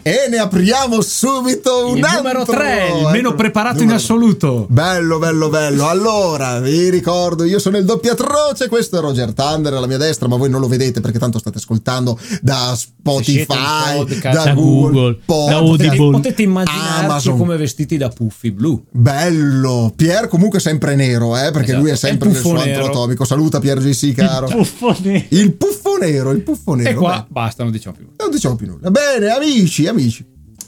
E ne apriamo subito un Il altro. numero 3, il Ecco, meno preparato in numero- assoluto. Bello, bello, bello. Allora, vi ricordo, io sono il doppiatroce, questo è Roger Thunder alla mia destra, ma voi non lo vedete perché tanto state ascoltando da Scegliete il Spotify, podcast, da, da Google, Google, Podcast. da Potete, Audible. potete immaginarci Amazon. come vestiti da puffi blu. Bello. Pier comunque sempre nero, eh, perché Esatto, lui è è il sempre nel suo puffo nero. antro atomico. Saluta Pier GC, Il caro. buffone. Il puffo nero, il puffo nero. E qua beh, basta, non diciamo più. Non diciamo più nulla. Bene, amici, amici.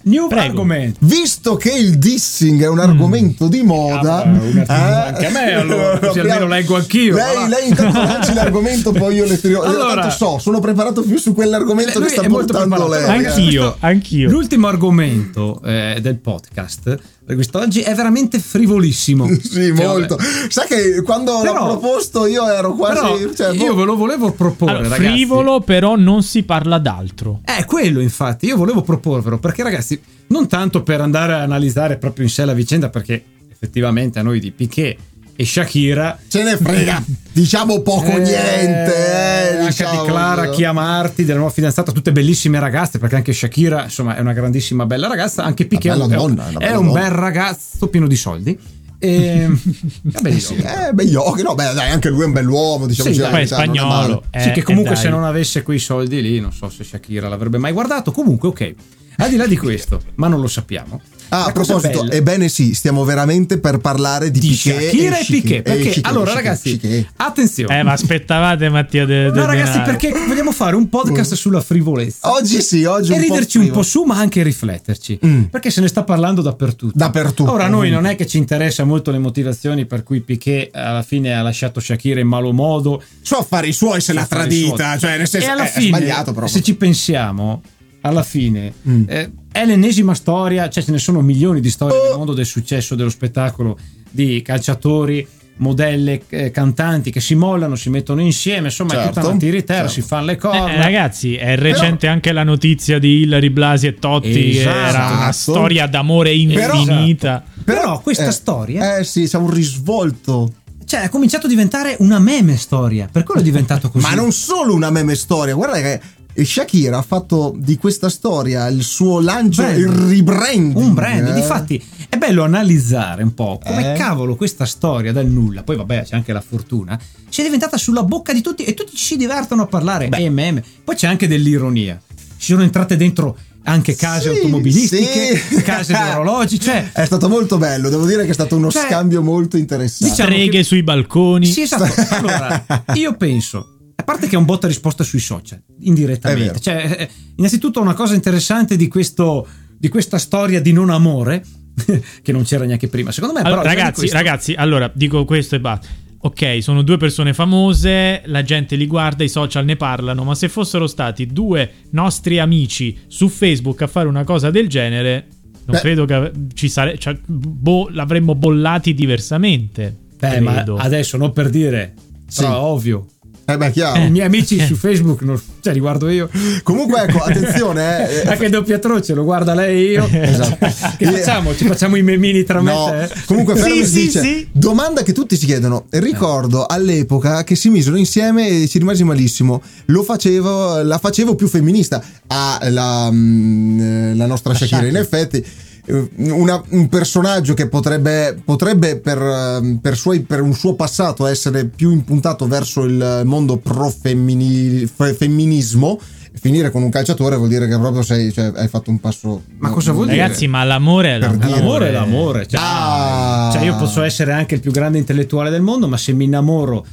New Prego. argomento. Visto che il dissing è un argomento di moda, Ah, beh, un attimo, anche a me, allora, così apriamo- almeno leggo anch'io, va. Eh? Lei, lei intanto lanci l'argomento, poi io le tiro. Allora- io tanto so, sono preparato più su quell'argomento Lui che sta è molto portando lei. eh. preparato. Anch'io, anch'io. L'ultimo argomento eh, del podcast per quest'oggi è veramente frivolissimo. Sì, Cioè, molto. vabbè. Sai che quando l'ho Però- proposto io ero Però quasi. cioè, boh. io ve lo volevo proporre, Allora, ragazzi. frivolo, però non si parla d'altro. È quello, infatti, io volevo proporvelo perché, ragazzi, non tanto per andare a analizzare proprio in sé la vicenda, perché effettivamente a noi di Piquet e Shakira Ce ne frega, diciamo poco Eh, niente. Eh, anche diciamo. di Clara Chiamarti, della nuova fidanzata, tutte bellissime ragazze, perché anche Shakira, insomma, è una grandissima bella ragazza, anche Piquet bella è, un- donna, è una è bella un donna. bel ragazzo pieno di soldi. Ehm, E, vabbè, Eh, sì, eh, beh, io, che no, beh, dai, anche lui è un bell'uomo, diciamo. Sì, la Poi è verità, non è male. spagnolo. sì, eh, che comunque eh, dai. se non avesse quei soldi lì, non so se Shakira l'avrebbe mai guardato. Comunque, ok. Al di là di questo, ma non lo sappiamo. Ah, La a cosa proposito, bella- ebbene sì, stiamo veramente per parlare di, di Piquet Shakira e Piquet. Perché, Piquet, allora, Piquet, ragazzi, Piquet. attenzione. Eh, ma aspettavate Mattia de, del No, ragazzi, denaro. perché vogliamo fare un podcast sulla frivolezza. Mm. Oggi sì, oggi e un po' riderci un prima. po' su, ma anche rifletterci. Mm. Perché se ne sta parlando dappertutto. Dappertutto. Ora, a noi non è che ci interessa molto le motivazioni per cui Piquet alla fine ha lasciato Shakira in malo modo. So affari suoi se l'ha Affari tradita, suoi. cioè nel senso Certo, e alla è- fine, è sbagliato però. se ci pensiamo, alla fine Mm. eh, è l'ennesima storia, cioè ce ne sono milioni di storie nel mondo del successo dello spettacolo di calciatori. Modelle, eh, cantanti che si mollano, si mettono insieme, insomma, è tutta Certo, una tiritera, certo. si fanno le Eh, cose. ragazzi, è recente anche la notizia di Hilary Blasi e Totti. che Esatto. Era una storia d'amore infinita. Però, questa eh, storia Eh sì, c'è un risvolto. cioè, ha cominciato a diventare una meme storia. Per quello è diventato così. Ma non solo una meme storia, guarda che Shakira ha fatto di questa storia il suo lancio, Brand. il rebranding. un brand. eh. Difatti, è bello analizzare un po' come Eh. cavolo questa storia dal nulla. Poi, vabbè, c'è anche la fortuna. C'è diventata sulla bocca di tutti e tutti si divertono a parlare. MM. Poi c'è anche dell'ironia. Ci sono entrate dentro anche case Sì, automobilistiche, sì. case di orologi. Cioè, Eh, È stato molto bello, devo dire che è stato uno Cioè, scambio molto interessante. diciamo Streghe che- sui balconi. Sì, esatto. Allora, io penso. A parte che è un botta risposta sui social, indirettamente. È vero. Cioè, eh, innanzitutto una cosa interessante di, questo, di questa storia di non amore, che non c'era neanche prima. Secondo me, Allora, però, al di là di ragazzi, questo- ragazzi, allora dico questo e basta. Ok, sono due persone famose, la gente li guarda, i social ne parlano, ma se fossero stati due nostri amici su Facebook a fare una cosa del genere, non Beh. credo che ave- ci sare- cioè, boh, l'avremmo bollati diversamente. Beh, ma credo. adesso non per dire, Sì. però è ovvio. Eh beh, chiaro. I miei amici Eh. su Facebook, non, cioè, li guardo io. Comunque, ecco, attenzione, eh, Anche il doppiatroce lo guarda lei e io. Esatto. Che facciamo? Ci facciamo i memini tra me No, e te? comunque Sì, Ferris sì, dice sì. domanda che tutti si chiedono ricordo all'epoca che si misero insieme e ci rimasi malissimo lo facevo la facevo più femminista ah, la, mm, eh, la nostra Shakira in effetti eh, una- un personaggio che potrebbe, potrebbe per, eh, per suoi- per un suo passato essere più impuntato verso il mondo pro femmini- fe- femminismo finire con un calciatore vuol dire che proprio sei cioè, hai fatto un passo Mm. Ma cosa vuol dire? Ragazzi, ma l'amore è Per l'amore. dire. eh. L'amore è l'amore. Cioè, Ah. cioè, io posso essere anche il più grande intellettuale del mondo, ma se mi innamoro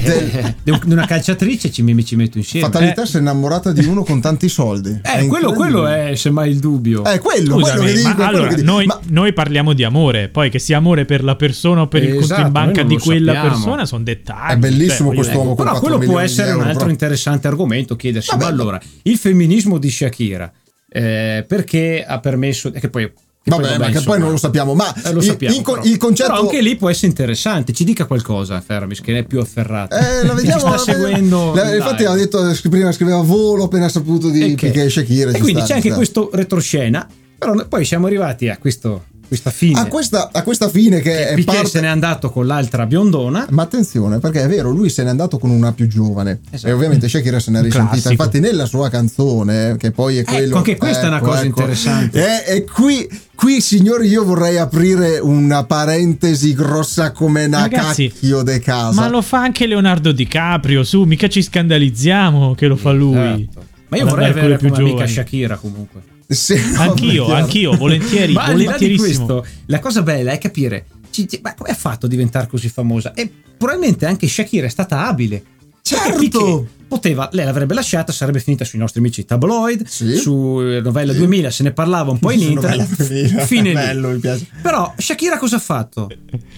eh, di un- di una calciatrice ci, mi, mi ci metto insieme. Fatalità Eh. si è innamorata di uno con tanti soldi. Eh, quello, quello è semmai il dubbio. Eh, quello, quello Scusami, che dico, ma è quello allora, che dico. noi, Ma- noi parliamo di amore, poi che sia amore per la persona o per il conto Esatto, in noi banca non di lo quella sappiamo. persona sono dettagli. cioè, È bellissimo voglio quest'uomo dire, con Ecco, Però 4 quello può milioni di essere euro, un altro però. interessante argomento, chiedersi, Vabbè, ma allora, il femminismo di Shakira, eh, perché ha permesso... eh, Che poi, che Vabbè, ma che insomma, poi non lo sappiamo, ma eh, lo il- sappiamo, il con- però. il concetto- Però anche lì può essere interessante, ci dica qualcosa Fermis, che ne è più afferrato. Eh, la Che vediamo. ci sta la vediamo. seguendo. La- in infatti, live. ha detto eh, prima scriveva volo appena saputo di E che- Piquet e Shakira. E ci sta, quindi c'è ci anche sta. questo retroscena, però no- poi siamo arrivati a questo, questa fine. A questa, a questa fine che Ah, è Piqué parte... se n'è andato con l'altra biondona. Ma attenzione, perché è vero, lui se n'è andato con una più giovane. Esatto. E ovviamente Shakira se n'è risentita. classico. Infatti, nella sua canzone, che poi è quello. Ecco, anche questa è una cosa interessante. E, e qui, qui, signori, io vorrei aprire una parentesi grossa come una Ragazzi, cacchio de casa. Ma lo fa anche Leonardo DiCaprio, su, mica ci scandalizziamo che lo Eh. fa lui. Esatto. Ma io Ad vorrei andare con avere le più come amica giovani. Shakira comunque. Se- Anch'io, chiaro. anch'io, volentieri, Ma al di là di volentierissimo. questo, la cosa bella è capire ci- ci- ma come ha fatto a diventare così famosa. E probabilmente anche Shakira è stata abile. Perché Certo! Piqué Poteva, lei l'avrebbe lasciata, sarebbe finita sui nostri amici tabloid, Sì. su eh, Novella Sì. 2000 se ne parlava un po' in Su internet. Novella 2000, Fine lì. bello, mi piace. Però Shakira cosa ha fatto?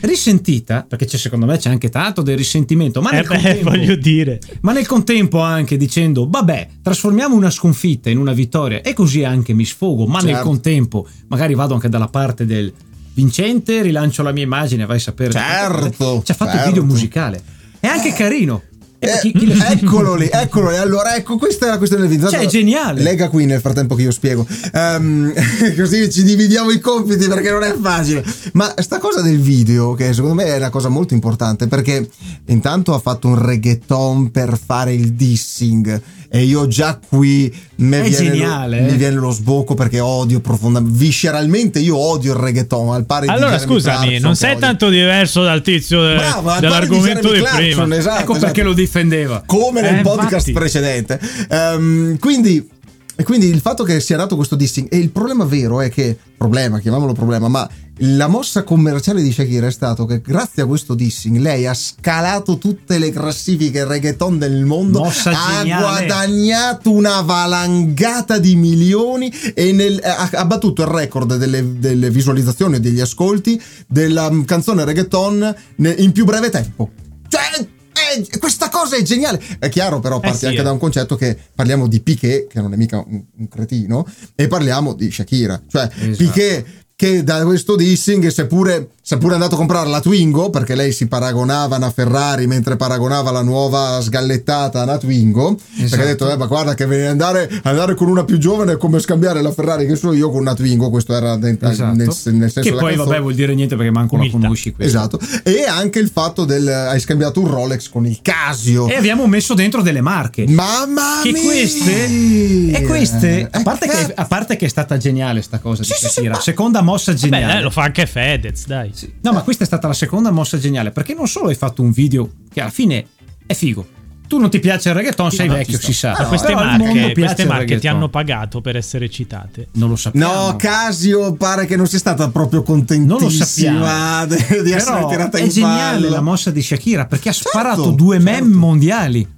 Risentita, perché c'è, secondo me c'è anche tanto del risentimento, ma Eh nel beh, contempo- voglio dire. ma nel contempo anche dicendo, vabbè, trasformiamo una sconfitta in una vittoria e così anche mi sfogo, ma nel Certo. contempo magari vado anche dalla parte del vincente, rilancio la mia immagine, vai a sapere. Certo, Ci ha fatto certo. il video musicale. È anche carino. E Eh, chi- chi le- eccolo lì, eccolo lì. Allora, ecco, questa è la questione del vinto. Cioè, è geniale. Lega qui nel frattempo che io spiego. Ehm, così ci dividiamo i compiti perché non è facile. Ma sta cosa del video, che secondo me è una cosa molto importante, perché intanto ha fatto un reggaeton per fare il dissing. E io già qui me È viene lo- geniale, mi eh. viene lo sbocco perché odio profondamente. Visceralmente io odio il reggaeton. Al pari di Allora, Jeremy scusami, Clarkson, non che sei odio. tanto diverso dal tizio eh, de- Bravo, al pari di dell'argomento Jeremy del Clarkson, prima. Esatto, ecco esatto perché lo difendeva. come nel Eh, podcast infatti. precedente. Ehm, quindi, e quindi il fatto che sia nato questo dissing e il problema vero è che, problema, chiamiamolo problema, ma la mossa commerciale di Shakira è stato che grazie a questo dissing lei ha scalato tutte le classifiche reggaeton del mondo, Mossa ha geniale. guadagnato una valangata di milioni e nel- eh, ha, ha battuto il record delle, delle visualizzazioni e degli ascolti della mm, canzone reggaeton ne- in più breve tempo. Cioè, eh, questa cosa è geniale. È chiaro, però, parti sì, anche eh. da un concetto che parliamo di Piquet, che non è mica un, un cretino, e parliamo di Shakira. Cioè, Esatto. Piquet che da questo dissing, seppure, seppure è andato a comprare la Twingo, perché lei si paragonava a una Ferrari mentre paragonava la nuova sgallettata a una Twingo, perché ha detto, eh, ma guarda che ve- andare, andare con una più giovane è come scambiare la Ferrari che so io con una Twingo, questo era nel, Esatto. nel- nel senso che della poi canzone. vabbè vuol dire niente perché manco la Umiltà. conosci questa. Esatto, e anche il fatto del hai scambiato un Rolex con il Casio. E abbiamo messo dentro delle marche. Mamma Eh, che mia! queste e queste Eh, a parte, che, cazzo. a parte che è stata geniale sta cosa di Sì, sì, sì, Shakira ma- seconda mossa Beh, geniale dai, lo fa anche Fedez, dai. Sì. no ma questa è stata la seconda mossa geniale perché non solo hai fatto un video che alla fine è figo tu non ti piace il reggaeton sei no, vecchio ci sto. si sa Ma No, Ma Ah, queste Però al mondo marche, piace queste il marche ti reggaeton. hanno pagato per essere citate. non lo No, sappiamo Casio pare che non sia stata proprio contentissima Non lo sappiamo. di di essere Però tirata è in geniale ballo. la mossa di Shakira perché ha Certo, sparato due meme certo. mondiali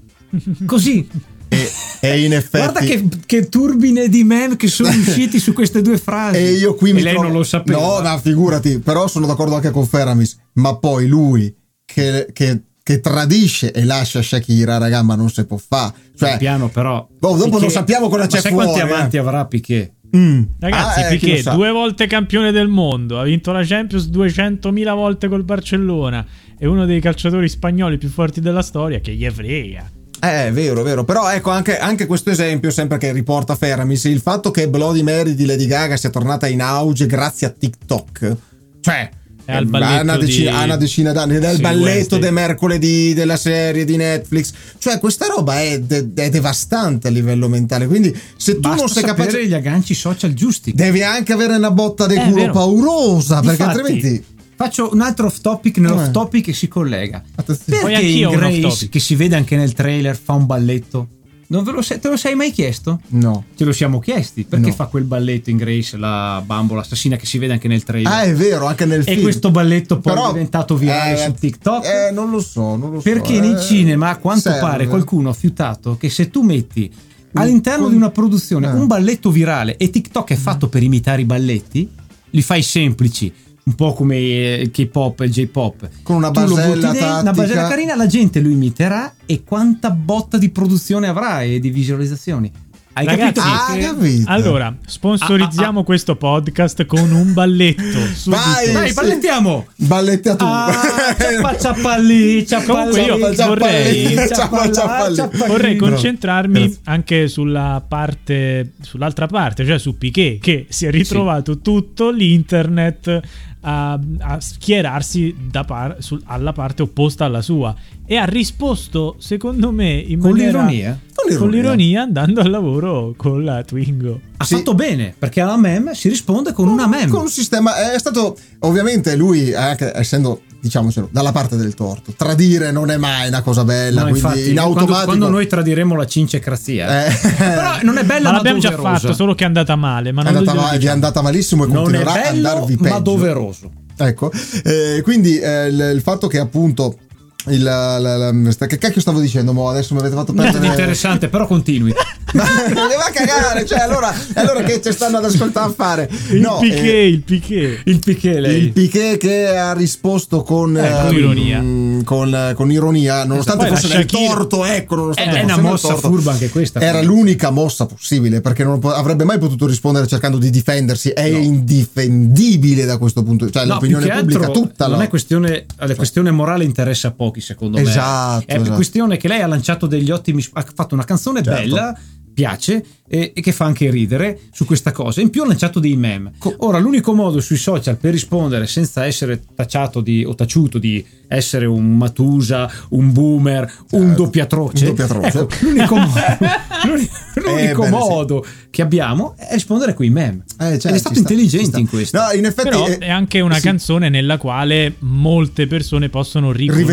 così E, e in effetti guarda che, che turbine di meme che sono usciti su queste due frasi E io qui mi Ah, lei trovo- non lo sapeva No, no, figurati, però sono d'accordo anche con Feramis, ma poi lui che, che- che tradisce e lascia Shakira, raga, ma non se può fare. Cioè, piano però. Boh, dopo non sappiamo cosa Ma c'è sai fuori, quanti eh. avanti avrà Piquet? mm. Ragazzi, Ah, eh, chi lo Piqué, sa. due volte campione del mondo, ha vinto la Champions 200.000 volte col Barcellona, è uno dei calciatori spagnoli più forti della storia, che gli frega. Eh, è vero, è vero. Però ecco anche, anche questo esempio, sempre che riporta Feramis, il fatto che Bloody Mary di Lady Gaga sia tornata in auge grazie a TikTok. Cioè. È al eh, balletto ha una decina, di- ha una decina d'anni, ed è il Sì, balletto Wednesday. di mercoledì della serie di Netflix. Cioè, questa roba è, de- è devastante a livello mentale. Quindi, se tu Basta non sei sapere capace, gli agganci social giusti. devi anche avere una botta di Eh, culo vero. paurosa. Perché Difatti, altrimenti. Faccio un altro off topic nell'off Eh. topic che si collega. Attenzione. Poi Perché anch'io in ho un off Grace, topic. che si vede anche nel trailer, fa un balletto? Non ve lo se- te lo sei mai chiesto? No. Ce lo siamo chiesti. Perché No. fa quel balletto in Grace, la bambola assassina che si vede anche nel trailer? Ah, è vero, anche nel E film. questo balletto poi Però- è diventato virale su TikTok? Eh, non lo so, non lo so. Perché nei eh, cinema, a quanto serve. pare, qualcuno ha fiutato che se tu metti Un- all'interno un- di una produzione eh. Mm. un balletto virale e TikTok è fatto per imitare i balletti, li fai semplici, un po' come eh, il K-pop e il J-pop. Con una Tu lo butti basella dentro, tattica. una basella carina, la gente lo imiterà e quanta botta di produzione avrai e di visualizzazioni. Hai Ragazzi, capito? Ah, capito. Allora, sponsorizziamo questo podcast con un balletto. subito. Vai! Dai, sì. ballettiamo! Balletta tu. Ah, ciappa, ciappallì, Comunque io Ciappa, ciappa, vorrei- ciappa, ciappa, ciappa, ciappa. Vorrei Libro. concentrarmi Grazie. anche sulla parte, sull'altra parte, cioè su Piquet, che si è ritrovato tutto l'internet a, a schierarsi da par- sul- alla parte opposta alla sua e ha risposto, secondo me, in Con maniera- l'ironia. Con l'ironia. con l'ironia, andando al lavoro con la Twingo. Ha Sì. fatto bene, perché alla meme si risponde con una meme. Con un sistema. È stato. Ovviamente lui, anche essendo, diciamocelo, dalla parte del torto. Tradire non è mai una cosa bella. No, quindi infatti, in quando- automatico. Quando, noi tradiremo la cincecrazia. Eh, Però non è bella, Ma ma, l'abbiamo già doverosa. fatto, solo che è andata male. Ma è non lo andata, glielo ma- vi è diciamo. andata malissimo e Non è continuerà a bello, andarvi peggio. ma doveroso. Ecco, eh, quindi eh, il, il fatto che appunto. Il, la- la- la- che cacchio stavo dicendo? Mo adesso mi avete fatto Niente di perdere. interessante, però continui. Ma le va a cagare, cioè allora, allora che ci stanno ad ascoltare a fare? Il No, Piquet, eh, il Piquet. Il picchè lei. il Piquet che ha risposto con, Eh, con ehm, ironia. con, eh, con ironia, nonostante Poi la fosse nel Shakira- torto, ecco, nonostante Eh, è fosse una nel mossa torto. furba anche questa. Era comunque. l'unica mossa possibile perché non po- avrebbe mai potuto rispondere cercando di difendersi. È indifendibile da questo punto, di- cioè No, l'opinione più che pubblica altro, tutta. Non la- è questione, la questione morale interessa a pochi, secondo Esatto, me. È esatto. questione che lei ha lanciato degli ottimi. Ha fatto una canzone Certo. bella, piace e, e che fa anche ridere su questa cosa. In più ha lanciato dei meme. Ora, l'unico modo sui social per rispondere senza essere tacciato di, o taciuto di essere un Matusa, un boomer, un Certo. doppiatroce. Un doppiatroce. Ecco, l'unico modo, l'uni- l'unico bene, sì. modo che abbiamo è rispondere con i meme. Eh, cioè, Ed è ci stato sta, ci intelligente sta. in questo. No, in effetti Però eh, è anche una sì, canzone nella quale molte persone possono riconoscersi.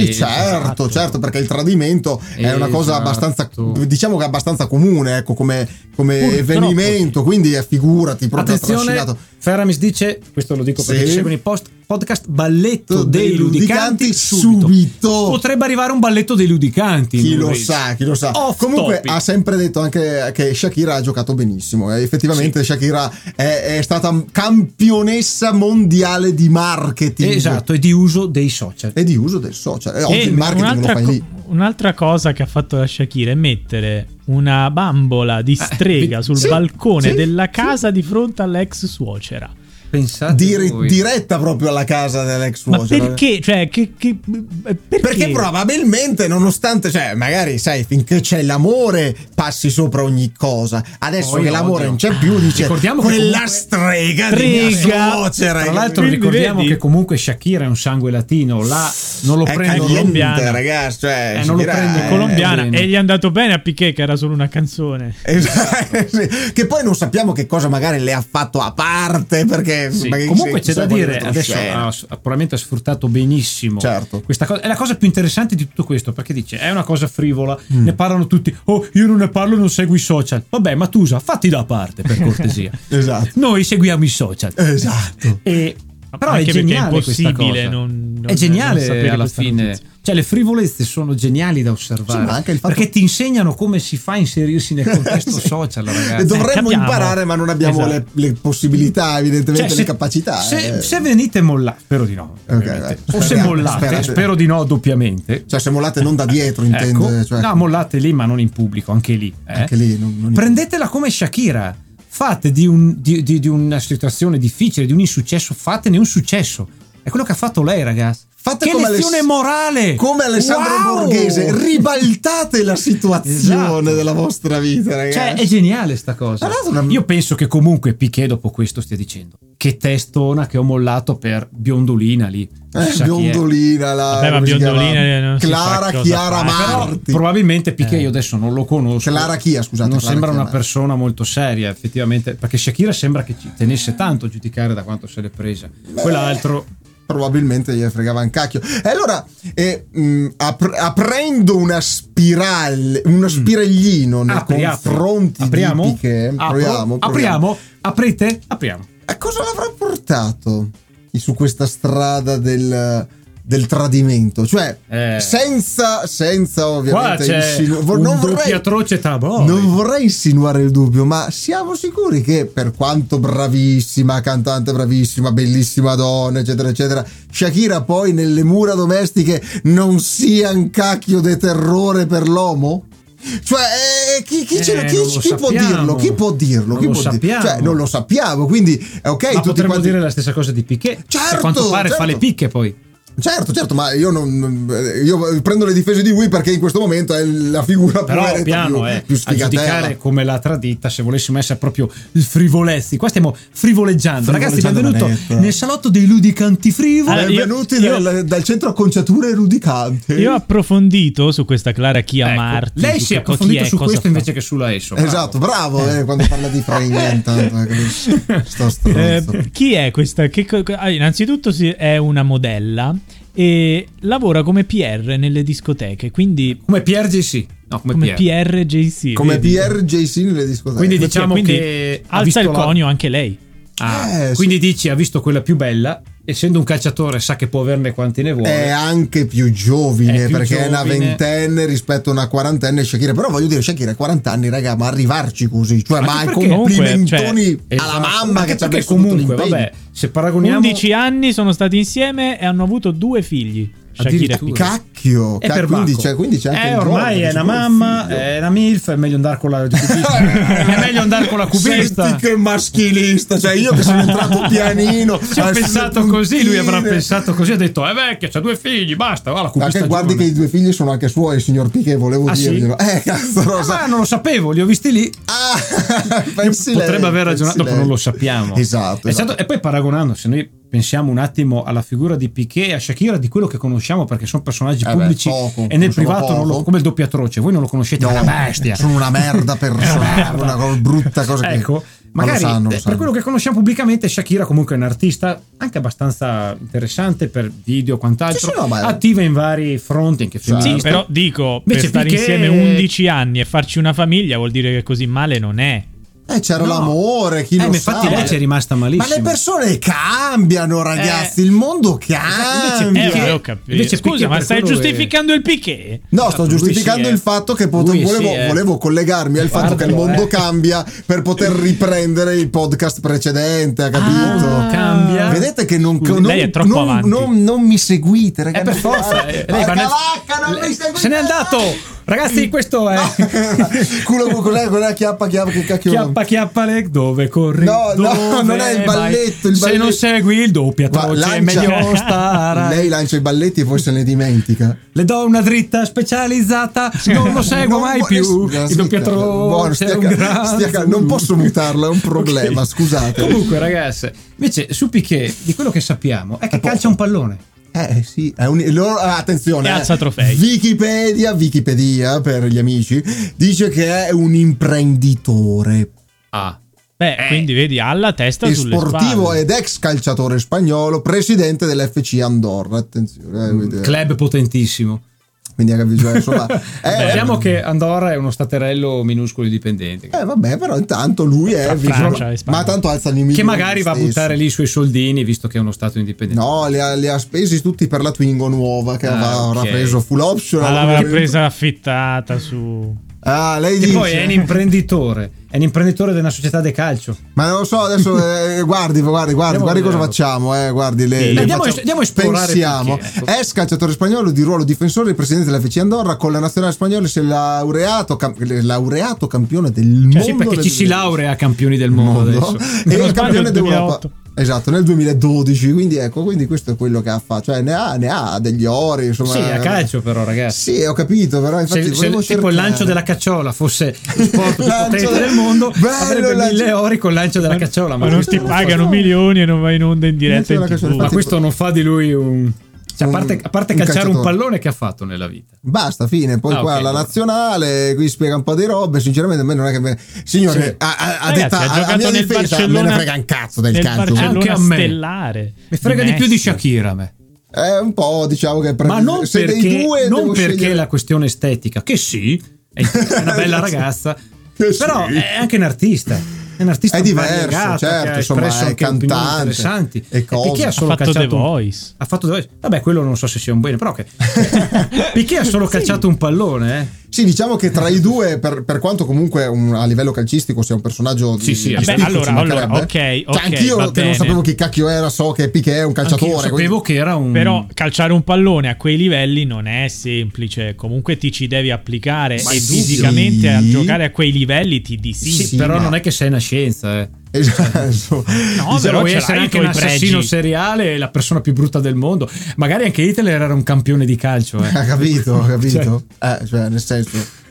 Rivedersi, certo, Esatto. certo, perché il tradimento è una cosa Esatto. abbastanza, diciamo che abbastanza comune, ecco, come, come Purtroppo avvenimento, quindi eh, figurati proprio Attenzione, trascinato. Feramis dice, questo lo dico Sì. perché ci seguono i post, podcast, balletto dei, Dei ludicanti, ludicanti subito. subito. Potrebbe arrivare un balletto dei ludicanti. Eh, Chi in lo Reels. sa, chi lo sa. Off Comunque topic. ha sempre detto anche che Shakira ha giocato benissimo. Eh, effettivamente Shakira è, è stata campionessa mondiale di marketing. Esatto, e di uso dei social. E di uso del social. Eh, oggi E il marketing lo un'altra, fai co- lì. un'altra cosa che ha fatto la Shakira è mettere una bambola di strega Eh, vi- sul sì, balcone sì, della casa di fronte all'ex suocera. Pensate Dire- voi. diretta proprio alla casa dell'ex Ma suocera. eh. perché? Cioè, che, che- perché? Perché probabilmente, nonostante, cioè, magari sai, finché c'è l'amore, passi sopra ogni cosa. Adesso Poi che l'odio. l'amore non c'è più, dice Ricordiamo che quella comunque- strega di mia Strega. suocera. Tra l'altro Quindi ricordiamo vedi- che comunque Shakira è un sangue latino, là non lo è prendono caliente, colombiana. ragazzi. Cioè, Eh, non lo Shakira prende è- colombiana eh, e gli è andato bene a Piquet che era solo una canzone. Esatto, sì. Che poi non sappiamo che cosa magari le ha fatto a parte perché Sì, magari Comunque sì, c'è da chissà dire, quale adesso ah, retroscena. ha, ha probabilmente ha sfruttato benissimo Eh. Certo. questa cosa. È la cosa più interessante di tutto questo perché dice è una cosa frivola, Mm. ne parlano tutti, oh io non ne parlo, non seguo i social. Vabbè Matusa, fatti da parte per cortesia. Esatto. Noi seguiamo i social. Esatto. E- però Anche è perché è geniale questa impossibile cosa. non- non- è non geniale sapere alla questa fine. notizia. Cioè le frivolezze sono geniali da osservare Sì, ma anche il fatto- perché ti insegnano come si fa a inserirsi nel contesto Sì. social, E ragazzi. Eh, dovremmo capiamo. imparare, ma non abbiamo Esatto. le, le possibilità, evidentemente, Cioè, le capacità. Se, eh. se venite mollati, spero di no. ovviamente. dai. o se Speriamo, mollate, speriamo. spero di no doppiamente. Cioè, se mollate non da dietro, intendo. Ecco. cioè, No, mollate lì, ma non in pubblico, anche lì. eh. anche lì non, non- Prendetela come Shakira. Fate di, un- di- di- di una situazione difficile, di un insuccesso, fatene un successo. È quello che ha fatto lei, ragazzi. Fate che come lezione Aless- morale! Come Alessandro Wow! Borghese, ribaltate la situazione Esatto. della vostra vita, Cioè, ragazzi. è geniale sta cosa. eh. Tra l'altro una- Io penso che comunque Piquet dopo questo stia dicendo che testona che ho mollato per Biondolina lì. Non si Eh, sa chi è. biondolina, la Vabbè, ma come si Biondolina eh, chiama? non si sa Clara cosa Chiara fa, eh, però- Marti. Probabilmente Piquet Eh. io adesso non lo conosco. Clara Chia, scusate. non Clara sembra Chia una Marti. persona molto seria, effettivamente, perché Shakira sembra che ci tenesse tanto a giudicare da quanto se l'è presa. Quell'altro probabilmente gli fregava un cacchio. E allora, eh, mh, apr- aprendo una spirale, uno spiraglino nei apri, apri. confronti apriamo? di Piquet, Apro? proviamo, proviamo. apriamo, aprite, apriamo. A cosa l'avrà portato su questa strada del, del tradimento? Cioè, Eh. senza, senza Qua ovviamente c'è insinu- vo- un non doppio vorrei- atroce tra voi. non vorrei insinuare il dubbio, ma siamo sicuri che per quanto bravissima, cantante bravissima, bellissima donna, eccetera, eccetera, Shakira poi nelle mura domestiche non sia un cacchio di terrore per l'uomo? Cioè, eh, chi, chi, ce lo- Eh, chi- non lo chi può sappiamo. dirlo? Chi può dirlo? Non chi lo può di- sappiamo. Cioè, non lo sappiamo, quindi eh, ok, Ma tutti potremmo quanti... dire la stessa cosa di Piquet. che Certo, a quanto pare certo. fa le picche poi. Certo, certo, ma io, non, non- io prendo le difese di lui perché in questo momento è la figura Però poveretta, piano, più, eh, più a sfigatella. giudicare come l'ha tradita, se volessimo essere proprio frivolezzi. Qua stiamo frivoleggiando. Ragazzi, Frivoleggiando benvenuto maledetto. nel salotto dei ludicanti frivoli. Allora, io- Benvenuti io- dal, dal centro acconciature rudicante. Io ho approfondito su questa Clara Chiamarti. Ecco, Lei su si è che- co- chi approfondito è, su cosa questo fa. invece che sulla Esso. bravo. Esatto, bravo eh, quando parla di Frenge intanto. ecco, Sto Eh, stronzo. chi è questa? Che co- ah, innanzitutto si- è una modella e lavora come PR nelle discoteche, quindi Come PRGC. No, come, come Pierre. PR JC. Come vedi? PR JC nelle discoteche. Quindi Perché diciamo quindi che ha alza visto il la- conio anche lei. Ah, Eh, sì. quindi dici ha visto quella più bella, essendo un calciatore sa che può averne quanti ne vuole. è anche più giovine È più perché è una giovine. ventenne rispetto a una quarantenne Shakira però voglio dire Shakira 40 anni raga ma arrivarci così cioè Anche ma perché complimentoni Esatto. alla mamma Anche che ci ha perché messo tutto comunque, l'impegno. vabbè, se paragoniamo 11 anni sono stati insieme e hanno avuto due figli. Shakira Addirittura. e Piqué. cacchio è ca- per quindi, Bacco. c'è, quindi c'è anche eh, il ormai giovane, è c'è pure una il mamma, eh, figlio. è una milf, è meglio andare con la cubista. è meglio andare con la cubista. Senti che maschilista, cioè io che sono entrato pianino. Ci ha eh, sulle pensato così, lui avrà puntine. pensato così, ha detto "È vecchia, c'ha due figli, basta, va la cubista". Anche guardi che giovane". i due figli sono anche suoi, signor Piquet, volevo Ah, sì? dirglielo. Eh, cazzo, Ah, Rosa. ma non lo sapevo, li ho visti lì. Ah, pensi lei, potrebbe aver pensi ragionato, dopo lei. non lo sappiamo. Esatto. È esatto. stato- e poi paragonando, se noi pensiamo un attimo alla figura di Piquet e a Shakira, di quello che conosciamo perché sono personaggi Eh beh, pubblici poco, e nel sono privato, non lo- poco. come il doppio atroce, voi non lo conoscete, ma è una bestia. Sono una merda persona, una co- brutta cosa Ecco, che ma lo magari sanno, lo eh, per sanno. quello che conosciamo pubblicamente, Shakira comunque è un artista anche abbastanza interessante per video e quant'altro, Sì, sì, no, ma- attiva in vari fronti, anche Sì, femminista. Sì, però dico, per Invece stare Piqué- insieme 11 anni e farci una famiglia vuol dire che così male non è. Eh, c'era No. l'amore, chi Eh, lo ma sa. infatti lei c'è rimasta malissimo. Ma le persone cambiano, ragazzi, il mondo Eh. Esatto, cambia. invece Eh, Piqué- vabbè, ho capito. invece Piqué Scusa, ma per stai quello è- giustificando il Piquet? No, sto Esatto, lui giustificando sì, il eh. fatto che pot- Lui sì, volevo, eh. volevo collegarmi al fatto Guarda, che il mondo eh. cambia per poter riprendere il podcast precedente, ha capito? Ah, cambia. Vedete che non, Scusi, non- lei è troppo non- avanti. non- non mi seguite, È ragazzi. per forza. eh, lei va Ma nel- Calacca, non mi seguite. Se n'è andato! Ragazzi, questo è Culo, cos'è, cos'è? Chiappa, chiappa, che cacchio. Chiappa Chiappa Leg dove corri? No, no, dove non è il vai? balletto, il Se balletto. non segui il doppio Guarda, atroce, è lancia- meglio stare. Lei lancia i balletti e poi se ne dimentica. Le do una dritta specializzata, non lo seguo Non mai vo- più. eh, Il stia- doppio buono, atroce, stia è un calmo, gran- stia calmo, non posso mutarlo, è un problema, Ok. scusate. Comunque, ragazzi, invece su Piquet, di quello che sappiamo è che calcia un pallone. Eh sì, è un- loro- ah, attenzione. E eh. alza trofei. Wikipedia, Wikipedia per gli amici, dice che è un imprenditore Ah. Beh, Eh. quindi vedi, ha la testa e sulle sportivo spalle. ed ex calciatore spagnolo, presidente dell'FC Andorra. Attenzione, eh, quindi- Club potentissimo. quindi ha capito, insomma, eh, Sappiamo diciamo che Andorra è uno staterello minuscolo e dipendente. eh, vabbè, però intanto lui è vicino- Francia e Spagna. ma tanto alza i che magari va a buttare lì i suoi soldini visto che è uno stato indipendente. No, li ha, li ha spesi tutti per la Twingo nuova che Ah, aveva- avrà ok. Ah, preso full option. Ma l'avrà presa affittata su... Ah, lei Che dice. poi è un imprenditore, è un imprenditore di una società di calcio. Ma non lo so, adesso eh, guardi, guardi, guardi, Andiamo guardi cosa a vedere. facciamo, eh, guardi, le, Sì. le Andiamo a- facciamo- andiamo a esplorare Pensiamo. perché, ecco. Ex calciatore spagnolo di ruolo difensore, presidente della FC Andorra, con la nazionale spagnola si è laureato, cam- laureato campione del Cioè, mondo. sì, perché nel ci si 2012. laurea campioni del mondo, Mondo. adesso. e Se non il sbaglio campione nel d'Europa. 2008. Esatto, nel 2012, quindi ecco, quindi questo è quello che ha fatto, cioè ne ha, ne ha degli ori, insomma. Sì, a calcio però, ragazzi. Sì, ho capito, però infatti Se, se volevo tipo il cercare. lancio della cacciola fosse lo sport più Lancio potente del- del mondo, Bello avrebbe il lancio- mille ori col lancio della cacciola. Ma, Ma non questo, ti non lo pagano so. milioni e non vai in onda in diretta in Non so la TV. canzone, ma questo non fa di lui un. cioè, a parte, a parte Un calciare un calciatore. pallone che ha fatto nella vita. Basta, fine. Poi Ah, qua ok, la allora. nazionale, qui spiega un po' di robe. Sinceramente, a me non è che. me- Signore, Sì. a, a, a Ragazzi, detta- ha a- a giocato mia nel difesa, me Barcellona- ne frega un cazzo del nel calcio. Barcellona Anche a me. stellare. Mi frega di più di Messi. Shakira a me. È un po', diciamo che. ma non se dei perché, due non devo perché scegliere- Eh, la questione estetica, che sì, è una bella ragazza, Che sì. però è anche un artista. È un artista È diverso, variegato, certo, che ha insomma, espresso è anche opinioni cantante, interessanti. e cosa. Piqué Ha ha solo fatto The calciato un- Voice. Ha fatto The Voice. Vabbè, quello non so se sia un bene, però che Piqué ha solo calciato un pallone, eh. Sì, diciamo che tra i due, per, per quanto comunque un- a livello calcistico sia un personaggio Sì, di, sì, di vabbè, spicco, allora, ci allora, mancherebbe. ok, Cioè, ok, anch'io va che bene. non sapevo chi cacchio era, so che Piqué è un calciatore. Anch'io sapevo che era un. Però calciare un pallone a quei livelli non è semplice, comunque ti ci devi applicare Ma e sì. fisicamente a giocare a quei livelli ti dissi. Sì, Sì, però ma- non è che sei una scienza, eh. quindi- Esatto. No, Diciamo, però puoi ce essere l'hai i anche tuoi un assassino pregi. seriale e la persona più brutta del mondo. Magari anche Hitler era un campione di calcio, eh. Ha capito, ha capito. Eh, cioè, nel senso,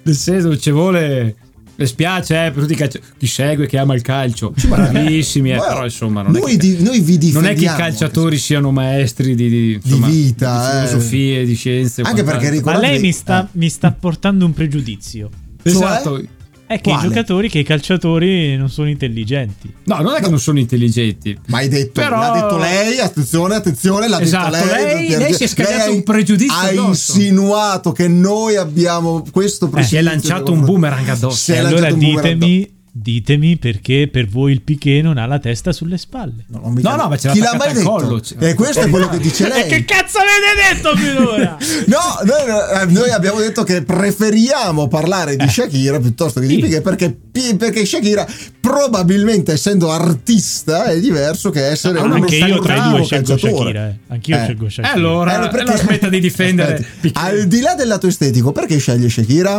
Nel senso, ci vuole. Le spiace, eh, per tutti i calcio- Chi segue, chi ama il calcio. Bravissimi, eh, Guarda, però insomma, non noi, è che... di- noi vi difendiamo. non è che i calciatori siano maestri di, di, insomma, vita, di eh. filosofie, di scienze. Anche perché quant'altro. Ma Guardate- lei mi eh. sta, mi sta portando un pregiudizio. cioè? Esatto. È che Quale? i giocatori, che i calciatori non sono intelligenti. No, non è che non sono intelligenti. Eh Ma hai detto, Però- l'ha detto lei, attenzione, attenzione, l'ha Esatto, detto lei. lei- lei si è scagliato ha- un pregiudizio Ha addosso. insinuato che noi abbiamo questo Eh, si pregiudizio. è lanciato un boomerang addosso. Si è E allora lanciato un boomerang ditemi, ditemi perché per voi il Piquet non ha la testa sulle spalle. No, non mi- No, no, ma ce l'ha Chi l'ha attaccata mai al detto? collo, cioè. Eh, ce l'ha E questo è quello che dice E Cioè, lei. che cazzo avete detto finora? No, noi, eh, noi abbiamo detto che preferiamo parlare Eh. di Shakira piuttosto che di Sì. Piqué perché, pi- perché Shakira probabilmente essendo artista è diverso che Ah, essere uno Anche io tra i due bravo scelgo calciatore. Shakira. eh. Anch'io Eh. scelgo Shakira. allora, Eh, perché- allora smetta di difendere. Aspetti, Piqué. Al di là del lato estetico, perché sceglie Shakira?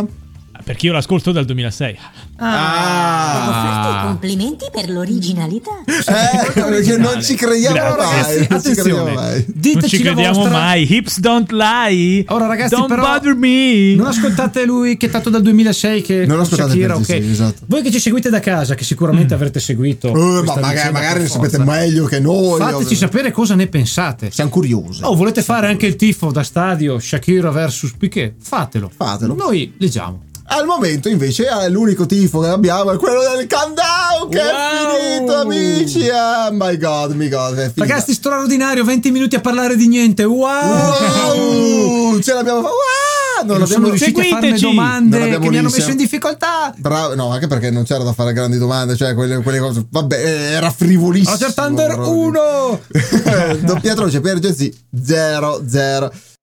Ah, Perché io l'ascolto dal 2006. Devo farti i Ah. Ecco, complimenti per l'originalità. Eh, perché non ci crediamo Grazie, mai. ragazzi, non ci crediamo Eh attenzione. mai. Diteci non ci la crediamo vostra. mai. Hips don't lie. Ora ragazzi don't però bother me. Non ascoltate lui che è tanto dal 2006 che Non ascoltate Shakira, per- ok. sì, sì, esatto. Mm. Voi che ci seguite da casa che sicuramente avrete seguito Eh, ma questa magari, vicenda magari per ne sapete forza. meglio che noi. Oh. Fateci sapere cosa ne pensate. Siamo curiosi. O volete fare anche il tifo da stadio Shakira vs Piquet? Fatelo. Fatelo. Noi leggiamo. Al momento invece eh, l'unico tifo che abbiamo è quello del countdown che è finito Wow! amici. Oh my god, my god, è finito. Ragazzi, straordinario, 20 minuti a parlare di niente. Wow! wow, ce l'abbiamo fatta. Wow, non Non l'abbiamo sono riusciti a farmi Seguiteci! Non domande abbiamo che mi hanno l'insieme. messo in difficoltà. Bravo, no, anche perché non c'era da fare grandi domande, cioè quelle, quelle cose. Vabbè, eh, era frivolissimo. Roger Thunder proprio. 1 Don Pietro c'è Pierre Genzi 0-0.